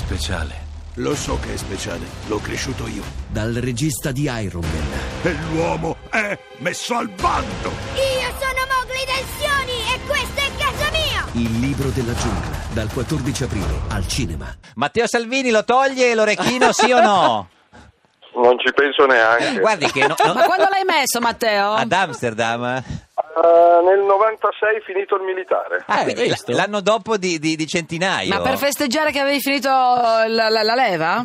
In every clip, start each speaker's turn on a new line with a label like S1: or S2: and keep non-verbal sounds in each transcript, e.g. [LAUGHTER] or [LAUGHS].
S1: speciale.
S2: Lo so che è speciale, l'ho cresciuto io.
S3: Dal regista di Iron Man,
S2: E l'uomo è messo al bando!
S4: Io sono Mowgli Tensioni e questo è casa mia!
S3: Il libro della giungla, dal 14 aprile al cinema.
S5: Matteo Salvini lo toglie l'orecchino, sì o no?
S6: Non ci penso
S5: [LAUGHS]
S6: neanche.
S5: Guardi che no- no-
S7: Ma quando l'hai messo, Matteo?
S5: ad Amsterdam.
S6: Eh, nel 96 finito il militare.
S5: Ah, quindi l- l'anno dopo di, di- di centinaio.
S7: Ma per festeggiare che avevi finito la, la- la leva?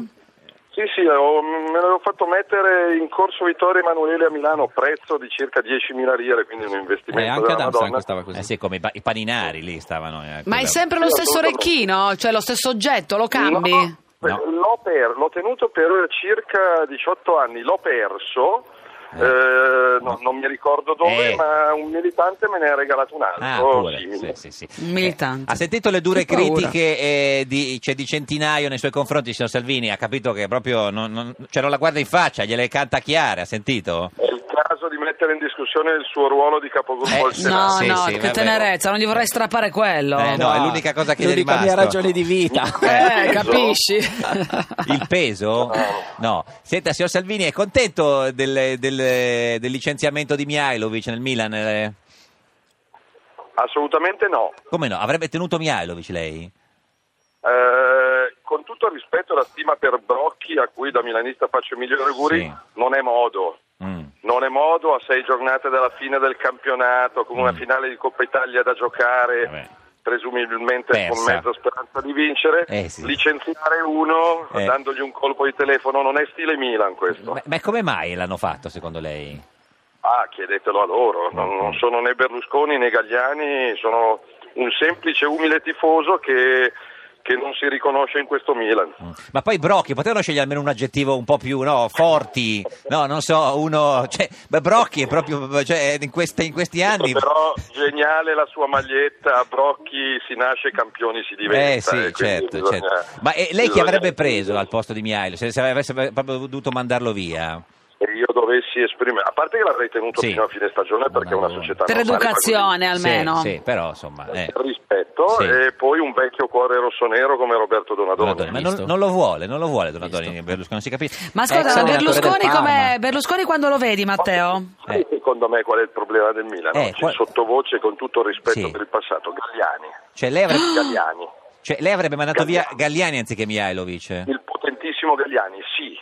S6: Sì, sì, ho- me l'avevo fatto mettere in corso Vittorio Emanuele a Milano, prezzo di circa 10.000 lire, quindi un investimento.
S8: Eh, anche ad
S6: della Madonna.
S8: Amsterdam costava così.
S5: Eh sì, come i, pa- i paninari lì stavano. eh,
S7: Ma è
S5: quella-
S7: sempre lo stesso orecchino? Cioè lo stesso oggetto? Lo cambi?
S6: No,
S5: No.
S6: l'ho per- l'ho tenuto per circa 18 anni, l'ho perso. eh, no, non mi ricordo dove,
S5: Eh.
S6: ma un militante me ne ha regalato un
S5: Ah,
S6: altro.
S5: pure.
S6: simile.
S5: Sì, sì, sì.
S7: Un militante.
S5: Eh, ha sentito le dure
S7: Che paura.
S5: critiche eh, di, cioè, di centinaio nei suoi confronti, signor Salvini? Ha capito che proprio non, non- cioè, non la guarda in faccia, gliele canta chiare, ha sentito?
S6: È il caso di mettere in discussione il suo ruolo di capogruppo
S5: Eh,
S6: al
S5: sì,
S6: Senato.
S7: No,
S5: sì,
S7: no,
S5: sì,
S7: che
S5: vabbè.
S7: tenerezza, non gli vorrei strappare quello.
S5: Eh, no, è l'unica cosa che gli è
S8: L'unica
S5: rimasta.
S8: mia ragione di vita.
S5: [LAUGHS]
S7: Eh,
S6: Eh,
S7: capisci?
S5: Il peso? No. Senta, signor Salvini, è contento del, del- del licenziamento di Mihailovic nel Milan? Eh,
S6: Assolutamente no.
S5: Come no? Avrebbe tenuto Mihailovic lei?
S6: Eh, con tutto il rispetto e la stima per Brocchi, a cui da milanista faccio i migliori auguri,
S5: Sì.
S6: non è modo.
S5: Mm.
S6: Non è modo a sei giornate dalla fine del campionato, con una
S5: Mm.
S6: finale di Coppa Italia da giocare,
S5: Vabbè.
S6: presumibilmente con
S5: Persa.
S6: mezza speranza di vincere.
S5: Eh, sì.
S6: Licenziare uno
S5: Eh.
S6: dandogli un colpo di telefono non è stile Milan questo.
S5: Ma, ma come mai l'hanno fatto, secondo lei?
S6: Ah, chiedetelo a loro, non, non sono né Berlusconi né Gagliani, sono un semplice umile tifoso che, che non si riconosce in questo Milan.
S5: Mm. Ma poi Brocchi, potevano scegliere almeno un aggettivo un po' più no, forti, no, non so, uno. Cioè, beh, Brocchi è proprio cioè, in, queste- in questi anni.
S6: Però geniale la sua maglietta, a Brocchi si nasce campioni si diventa.
S5: Eh sì,
S6: e quindi
S5: certo,
S6: bisogna-
S5: certo. Ma eh, lei chi
S6: bisogna-
S5: avrebbe preso al posto di Mihailovic? Se, se avesse proprio dovuto mandarlo via?
S6: Se io dovessi esprimere, a parte che l'avrei tenuto
S5: Sì.
S6: fino a fine stagione perché è una
S5: Madonna.
S6: società...
S7: Per
S6: non vale
S7: educazione
S5: Sì,
S7: Eh, almeno.
S5: Sì, però insomma.
S6: per
S5: eh.
S6: il rispetto
S5: Sì.
S6: e poi un vecchio cuore rosso-nero come Roberto
S5: Donadoni,
S6: Donadoni.
S5: ma non,
S8: Visto.
S5: non lo vuole, non lo vuole Donadoni Berlusconi, non si capisce. Eh,
S7: Ma ascolta,
S8: Ex
S7: ma
S8: allenatore
S7: Berlusconi,
S8: del Parma.
S7: com'è? Berlusconi quando lo vedi, Matteo?
S6: Sai
S5: Eh.
S6: secondo me qual è il problema del Milan?
S5: Eh,
S6: Oggi
S5: qual-
S6: sottovoce con tutto il rispetto
S5: Sì.
S6: per il passato, Galliani.
S5: Cioè lei
S7: Ah!
S5: avrebbe,
S6: Galliani.
S5: cioè, lei avrebbe mandato via
S6: Galliani.
S5: Galliani anziché Mihailovic?
S6: Il potentissimo Galliani, sì,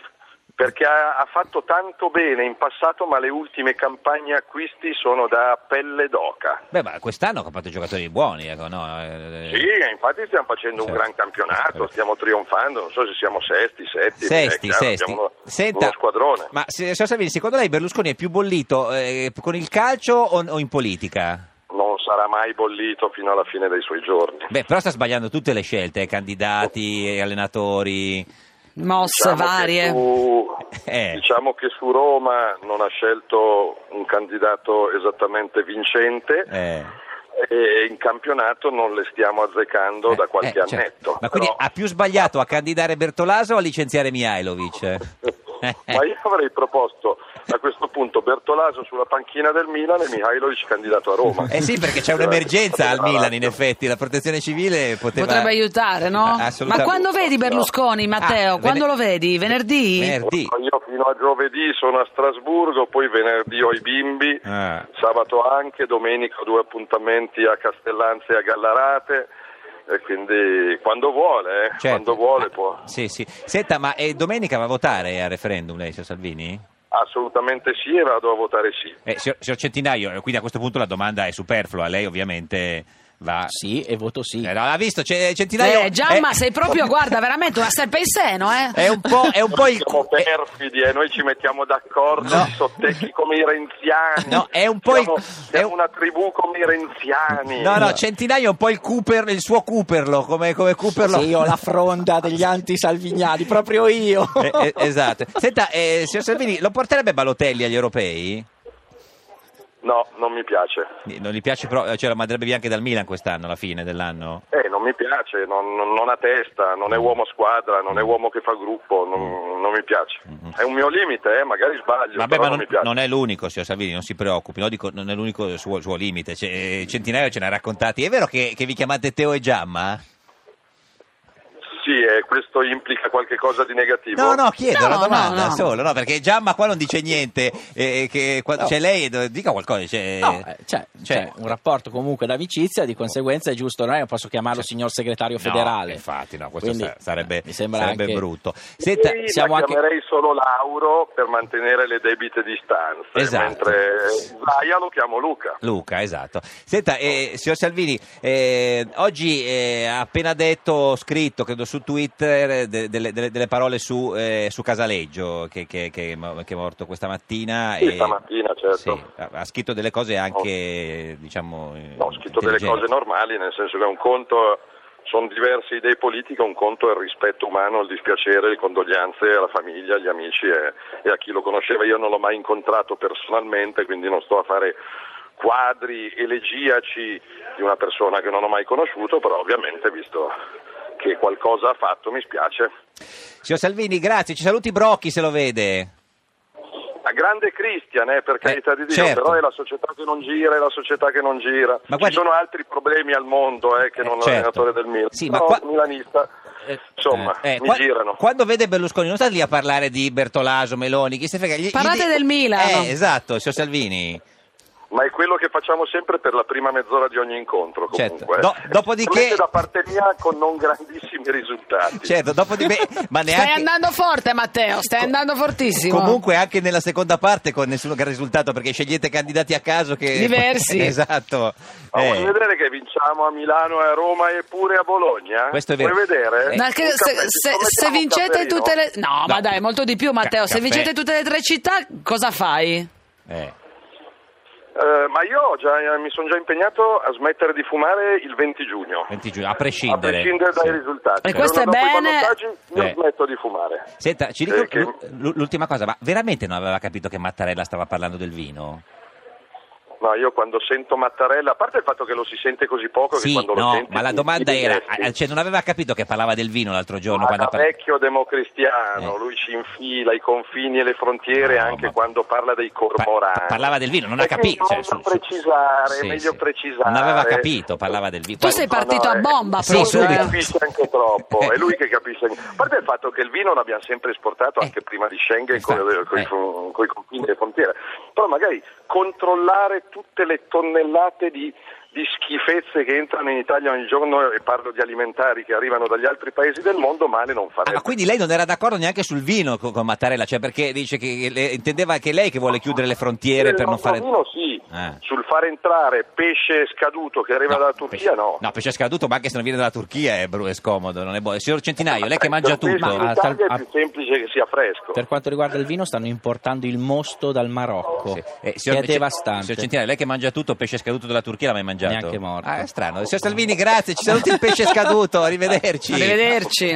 S6: perché ha, ha fatto tanto bene in passato, ma le ultime campagne acquisti sono da pelle d'oca.
S5: Beh, ma quest'anno ha comprato giocatori buoni, ecco, no? eh,
S6: Sì, infatti stiamo facendo un
S5: Certo.
S6: gran campionato, stiamo trionfando, non so se siamo sesti, settimi,
S5: Sesti,
S6: è chiaro,
S5: sesti.
S6: abbiamo uno,
S5: Senta,
S6: uno squadrone.
S5: Ma se- signor Salvini, secondo lei Berlusconi è più bollito eh, con il calcio o, o in politica?
S6: Non sarà mai bollito fino alla fine dei suoi giorni.
S5: Beh, però sta sbagliando tutte le scelte, eh, candidati, eh, allenatori.
S7: Mosse
S6: Diciamo che
S7: varie.
S6: su-
S5: [LAUGHS] Eh.
S6: Diciamo che su Roma non ha scelto un candidato esattamente vincente.
S5: eh.
S6: e in campionato non le stiamo azzeccando da qualche
S5: Eh, eh, certo.
S6: annetto.
S5: Ma quindi
S6: però-
S5: ha più sbagliato a candidare Bertolaso o a licenziare Mihailovic? [LAUGHS] Eh, eh.
S6: [LAUGHS] [LAUGHS] Ma io avrei proposto a questo punto Bertolaso sulla panchina del Milan e Mihailovic candidato a Roma.
S5: Eh sì, perché c'è un'emergenza al
S6: Tra l'altro.
S5: Milan, in effetti, la protezione civile poteva...
S7: Potrebbe aiutare, no?
S5: Ah, assolutamente.
S7: Ma quando vedi Berlusconi, Matteo?
S5: Ah,
S7: quando
S5: vene-
S7: lo vedi? Venerdì?
S5: Venerdì.
S6: Io fino a giovedì sono a Strasburgo, poi venerdì ho i bimbi,
S5: Ah.
S6: sabato anche, domenica ho due appuntamenti a Castellanza e a Gallarate. E quindi quando vuole, eh,
S5: Certo.
S6: quando vuole
S5: Ah,
S6: può.
S5: Sì, sì. Senta, ma eh, domenica va a votare al referendum lei, signor Salvini?
S6: Assolutamente sì e vado a votare sì.
S5: Eh, signor, signor Centinaio, eh, quindi a questo punto la domanda è superflua. Lei ovviamente va...
S8: Sì, e voto sì.
S5: Eh, no, l'ha visto, c'è- Centinaio...
S7: Eh, Giamma,
S5: è-
S7: sei proprio, guarda, veramente una serpe in seno, eh?
S5: È un po', è un po il...
S6: siamo
S5: eh,
S6: perfidi e noi ci mettiamo d'accordo
S5: No.
S6: i sottecchi come i renziani
S5: No, è un po' il-
S6: siamo, siamo
S5: è un-
S6: una tribù come i renziani
S5: eh, No, no, Centinaio è un po' il, Cooper, il suo Cooperlo, come, come Cooperlo.
S8: Sì, ho la fronda degli anti-salvignani, proprio io.
S5: [LAUGHS] Eh, eh, esatto. Senta, eh, signor Salvini, lo porterebbe Balotelli agli europei?
S6: No, non mi piace
S5: Non gli piace proprio, cioè lo manderebbe via anche dal Milan quest'anno, alla fine dell'anno?
S6: eh, non mi piace, non, non- non ha testa, non è uomo squadra, non è uomo che fa gruppo, non, non mi piace. È un mio limite, eh, magari sbaglio,
S5: Mhm. Vabbè,
S6: però
S5: ma
S6: non,
S5: non,
S6: mi piace.
S5: non è l'unico, signor Salvini, non si preoccupi, no? Dico, non è l'unico suo, suo limite, eh, C'è- centinaio ce ne ha raccontati. È vero che, che vi chiamate Teo e Giamma?
S6: sì, eh, questo implica qualche cosa di negativo.
S5: No, no, chiedo
S7: No,
S5: una domanda
S7: no, no.
S5: solo, no, perché Giamma qua non dice niente, eh, che quando
S8: No.
S5: c'è lei eh, dica qualcosa. Cioè,
S8: No, eh, c'è,
S5: cioè-
S8: c'è un rapporto comunque d'amicizia, di conseguenza è giusto, non è che posso chiamarlo
S5: Cioè-
S8: signor segretario
S5: No,
S8: federale.
S5: infatti, no, questo
S8: Quindi,
S5: sa- sarebbe,
S8: eh, mi sembra
S5: sarebbe
S8: anche-
S5: brutto. Senta,
S6: Senta,
S8: siamo anche-
S6: chiamerei solo Lauro per mantenere le debite distanze,
S5: Esatto.
S6: mentre Zaia lo chiamo Luca.
S5: Luca, esatto. Senta, eh, signor Salvini, eh, oggi eh, ha appena detto, scritto, credo su Twitter, eh, de- delle, delle- delle parole su, eh, su Casaleggio, che, che- che è mo- che è morto questa mattina.
S6: Sì, stamattina, certo.
S5: sì, ha, ha scritto delle cose anche, diciamo... eh,
S6: No, ho scritto delle cose
S5: intelligenti.
S6: normali, nel senso che un conto sono diverse idee politiche, un conto è il rispetto umano, il dispiacere, le condoglianze alla famiglia, agli amici e, e a chi lo conosceva. Io non l'ho mai incontrato personalmente, quindi non sto a fare quadri elegiaci di una persona che non ho mai conosciuto, però ovviamente visto che qualcosa ha fatto mi spiace.
S5: Signor Salvini, grazie. Ci saluti Brocchi se lo vede.
S6: A grande Christian, eh, per carità di Dio,
S5: certo.
S6: però è la società che non gira, è la società che non gira.
S5: Ma guardi-
S6: Ci sono altri problemi al mondo eh, che
S5: Eh,
S6: non
S5: certo.
S6: l'allenatore del Milan.
S5: Sì, ma
S6: però
S5: qua-
S6: milanista,
S8: Eh,
S6: insomma,
S5: Eh,
S6: mi
S5: qua-
S6: girano.
S5: Quando vede Berlusconi, non sta lì a parlare di Bertolaso, Meloni, chi se frega. Gli- gli
S7: Parlate del Milan.
S5: Eh, esatto, signor Salvini.
S6: Ma è quello che facciamo sempre per la prima mezz'ora di ogni incontro,
S5: Certo.
S6: comunque. eh.
S5: Do- dopodiché-
S6: Veramente da parte mia con non grandissimi risultati.
S5: Certo, dopo di me, ma neanche.
S7: Stai andando forte, Matteo, stai andando fortissimo.
S5: Comunque anche nella seconda parte con nessun gran risultato perché scegliete candidati a caso che...
S7: Diversi.
S5: [LAUGHS] esatto.
S6: Ma
S5: Eh,
S6: vuoi vedere che vinciamo a Milano e a Roma e pure a Bologna?
S5: Questo è vero.
S6: Vuoi vedere?
S7: Ma
S6: Un
S7: che- se,
S6: caffè- ci
S7: se-
S6: scommettiamo
S7: se
S6: un
S7: vincete
S6: cafferino?
S7: tutte le... No, ma dai, molto di più, Matteo. se
S5: caffè.
S7: vincete tutte le tre città, cosa fai?
S5: eh.
S6: Eh, ma io ho già- mi sono già impegnato a smettere di fumare il 20 giugno.
S5: 20 giugno, a
S6: A
S5: prescindere.
S6: prescindere dai
S5: Sì.
S6: risultati.
S7: E questo
S6: Il
S7: è
S6: giorno dopo i
S7: bene.
S6: ballottaggi Io
S5: Eh.
S6: smetto di fumare.
S5: Senta, ci dico
S6: Eh, che-
S5: l'u- l'ultima cosa, ma veramente non aveva capito che Mattarella stava parlando del vino?
S6: No, io quando sento Mattarella, a parte il fatto che lo si sente così poco che
S5: Sì,
S6: quando lo
S5: no,
S6: senti
S5: ma la
S6: ti-
S5: domanda
S6: ti
S5: era,
S6: dimesti.
S5: ah, cioè non aveva capito che parlava del vino l'altro giorno
S6: Ma
S5: quando ha
S6: da
S5: parlato-
S6: vecchio democristiano,
S5: Eh.
S6: lui ci infila i confini e le frontiere
S5: No,
S6: anche
S5: ma-
S6: quando parla dei
S5: Pa-
S6: cormorani.
S5: pa- parlava del vino, non ha
S6: Perché
S5: capito.
S6: è
S5: cioè,
S6: meglio
S5: su- su-
S6: precisare, è
S5: Sì,
S6: meglio
S5: sì.
S6: precisare.
S5: Non aveva capito, parlava del vino.
S7: Tu
S5: Poi-
S7: sei partito a
S6: eh,
S7: bomba
S5: Sì,
S7: proprio.
S6: lui
S5: subito. Eh.
S7: eh.
S6: capisce anche troppo, è lui che capisce. anche- A parte il fatto che il vino l'abbiamo sempre esportato anche
S5: Eh.
S6: prima di Schengen con,
S5: Infatti, eh.
S6: i confini e le frontiere, però magari controllare tutte le tonnellate di, di schifezze che entrano in Italia ogni giorno e parlo di alimentari che arrivano dagli altri paesi del mondo male non
S5: Ah,
S6: farebbe.
S5: ma quindi lei non era d'accordo neanche sul vino co- con, Mattarella, cioè perché dice che che le- intendeva che lei che vuole chiudere le frontiere
S6: Sul
S5: per non fare...
S6: vino sì,
S5: Ah.
S6: sul far entrare pesce scaduto che arriva dalla Turchia
S5: pesce-
S6: no.
S5: No, pesce scaduto, ma anche se non viene dalla Turchia è, bru- è scomodo, non è buono. Signor Centinaio,
S6: [LAUGHS]
S5: lei che mangia
S6: Eh, Il pesce
S5: tutto.
S6: in
S8: Ma-
S6: Italia
S8: ah,
S6: è più semplice che sia fresco.
S8: Per quanto riguarda il vino stanno importando il mosto dal Marocco,
S5: Sì. Eh,
S8: che è
S5: Ce-
S8: devastante.
S5: Signor Centinaio, lei che mangia tutto, pesce scaduto dalla Turchia l'ha mai mangiato?
S8: Neanche morto.
S5: Ah, è strano. Signor Salvini, grazie, ci saluti il pesce scaduto, arrivederci.
S7: Arrivederci.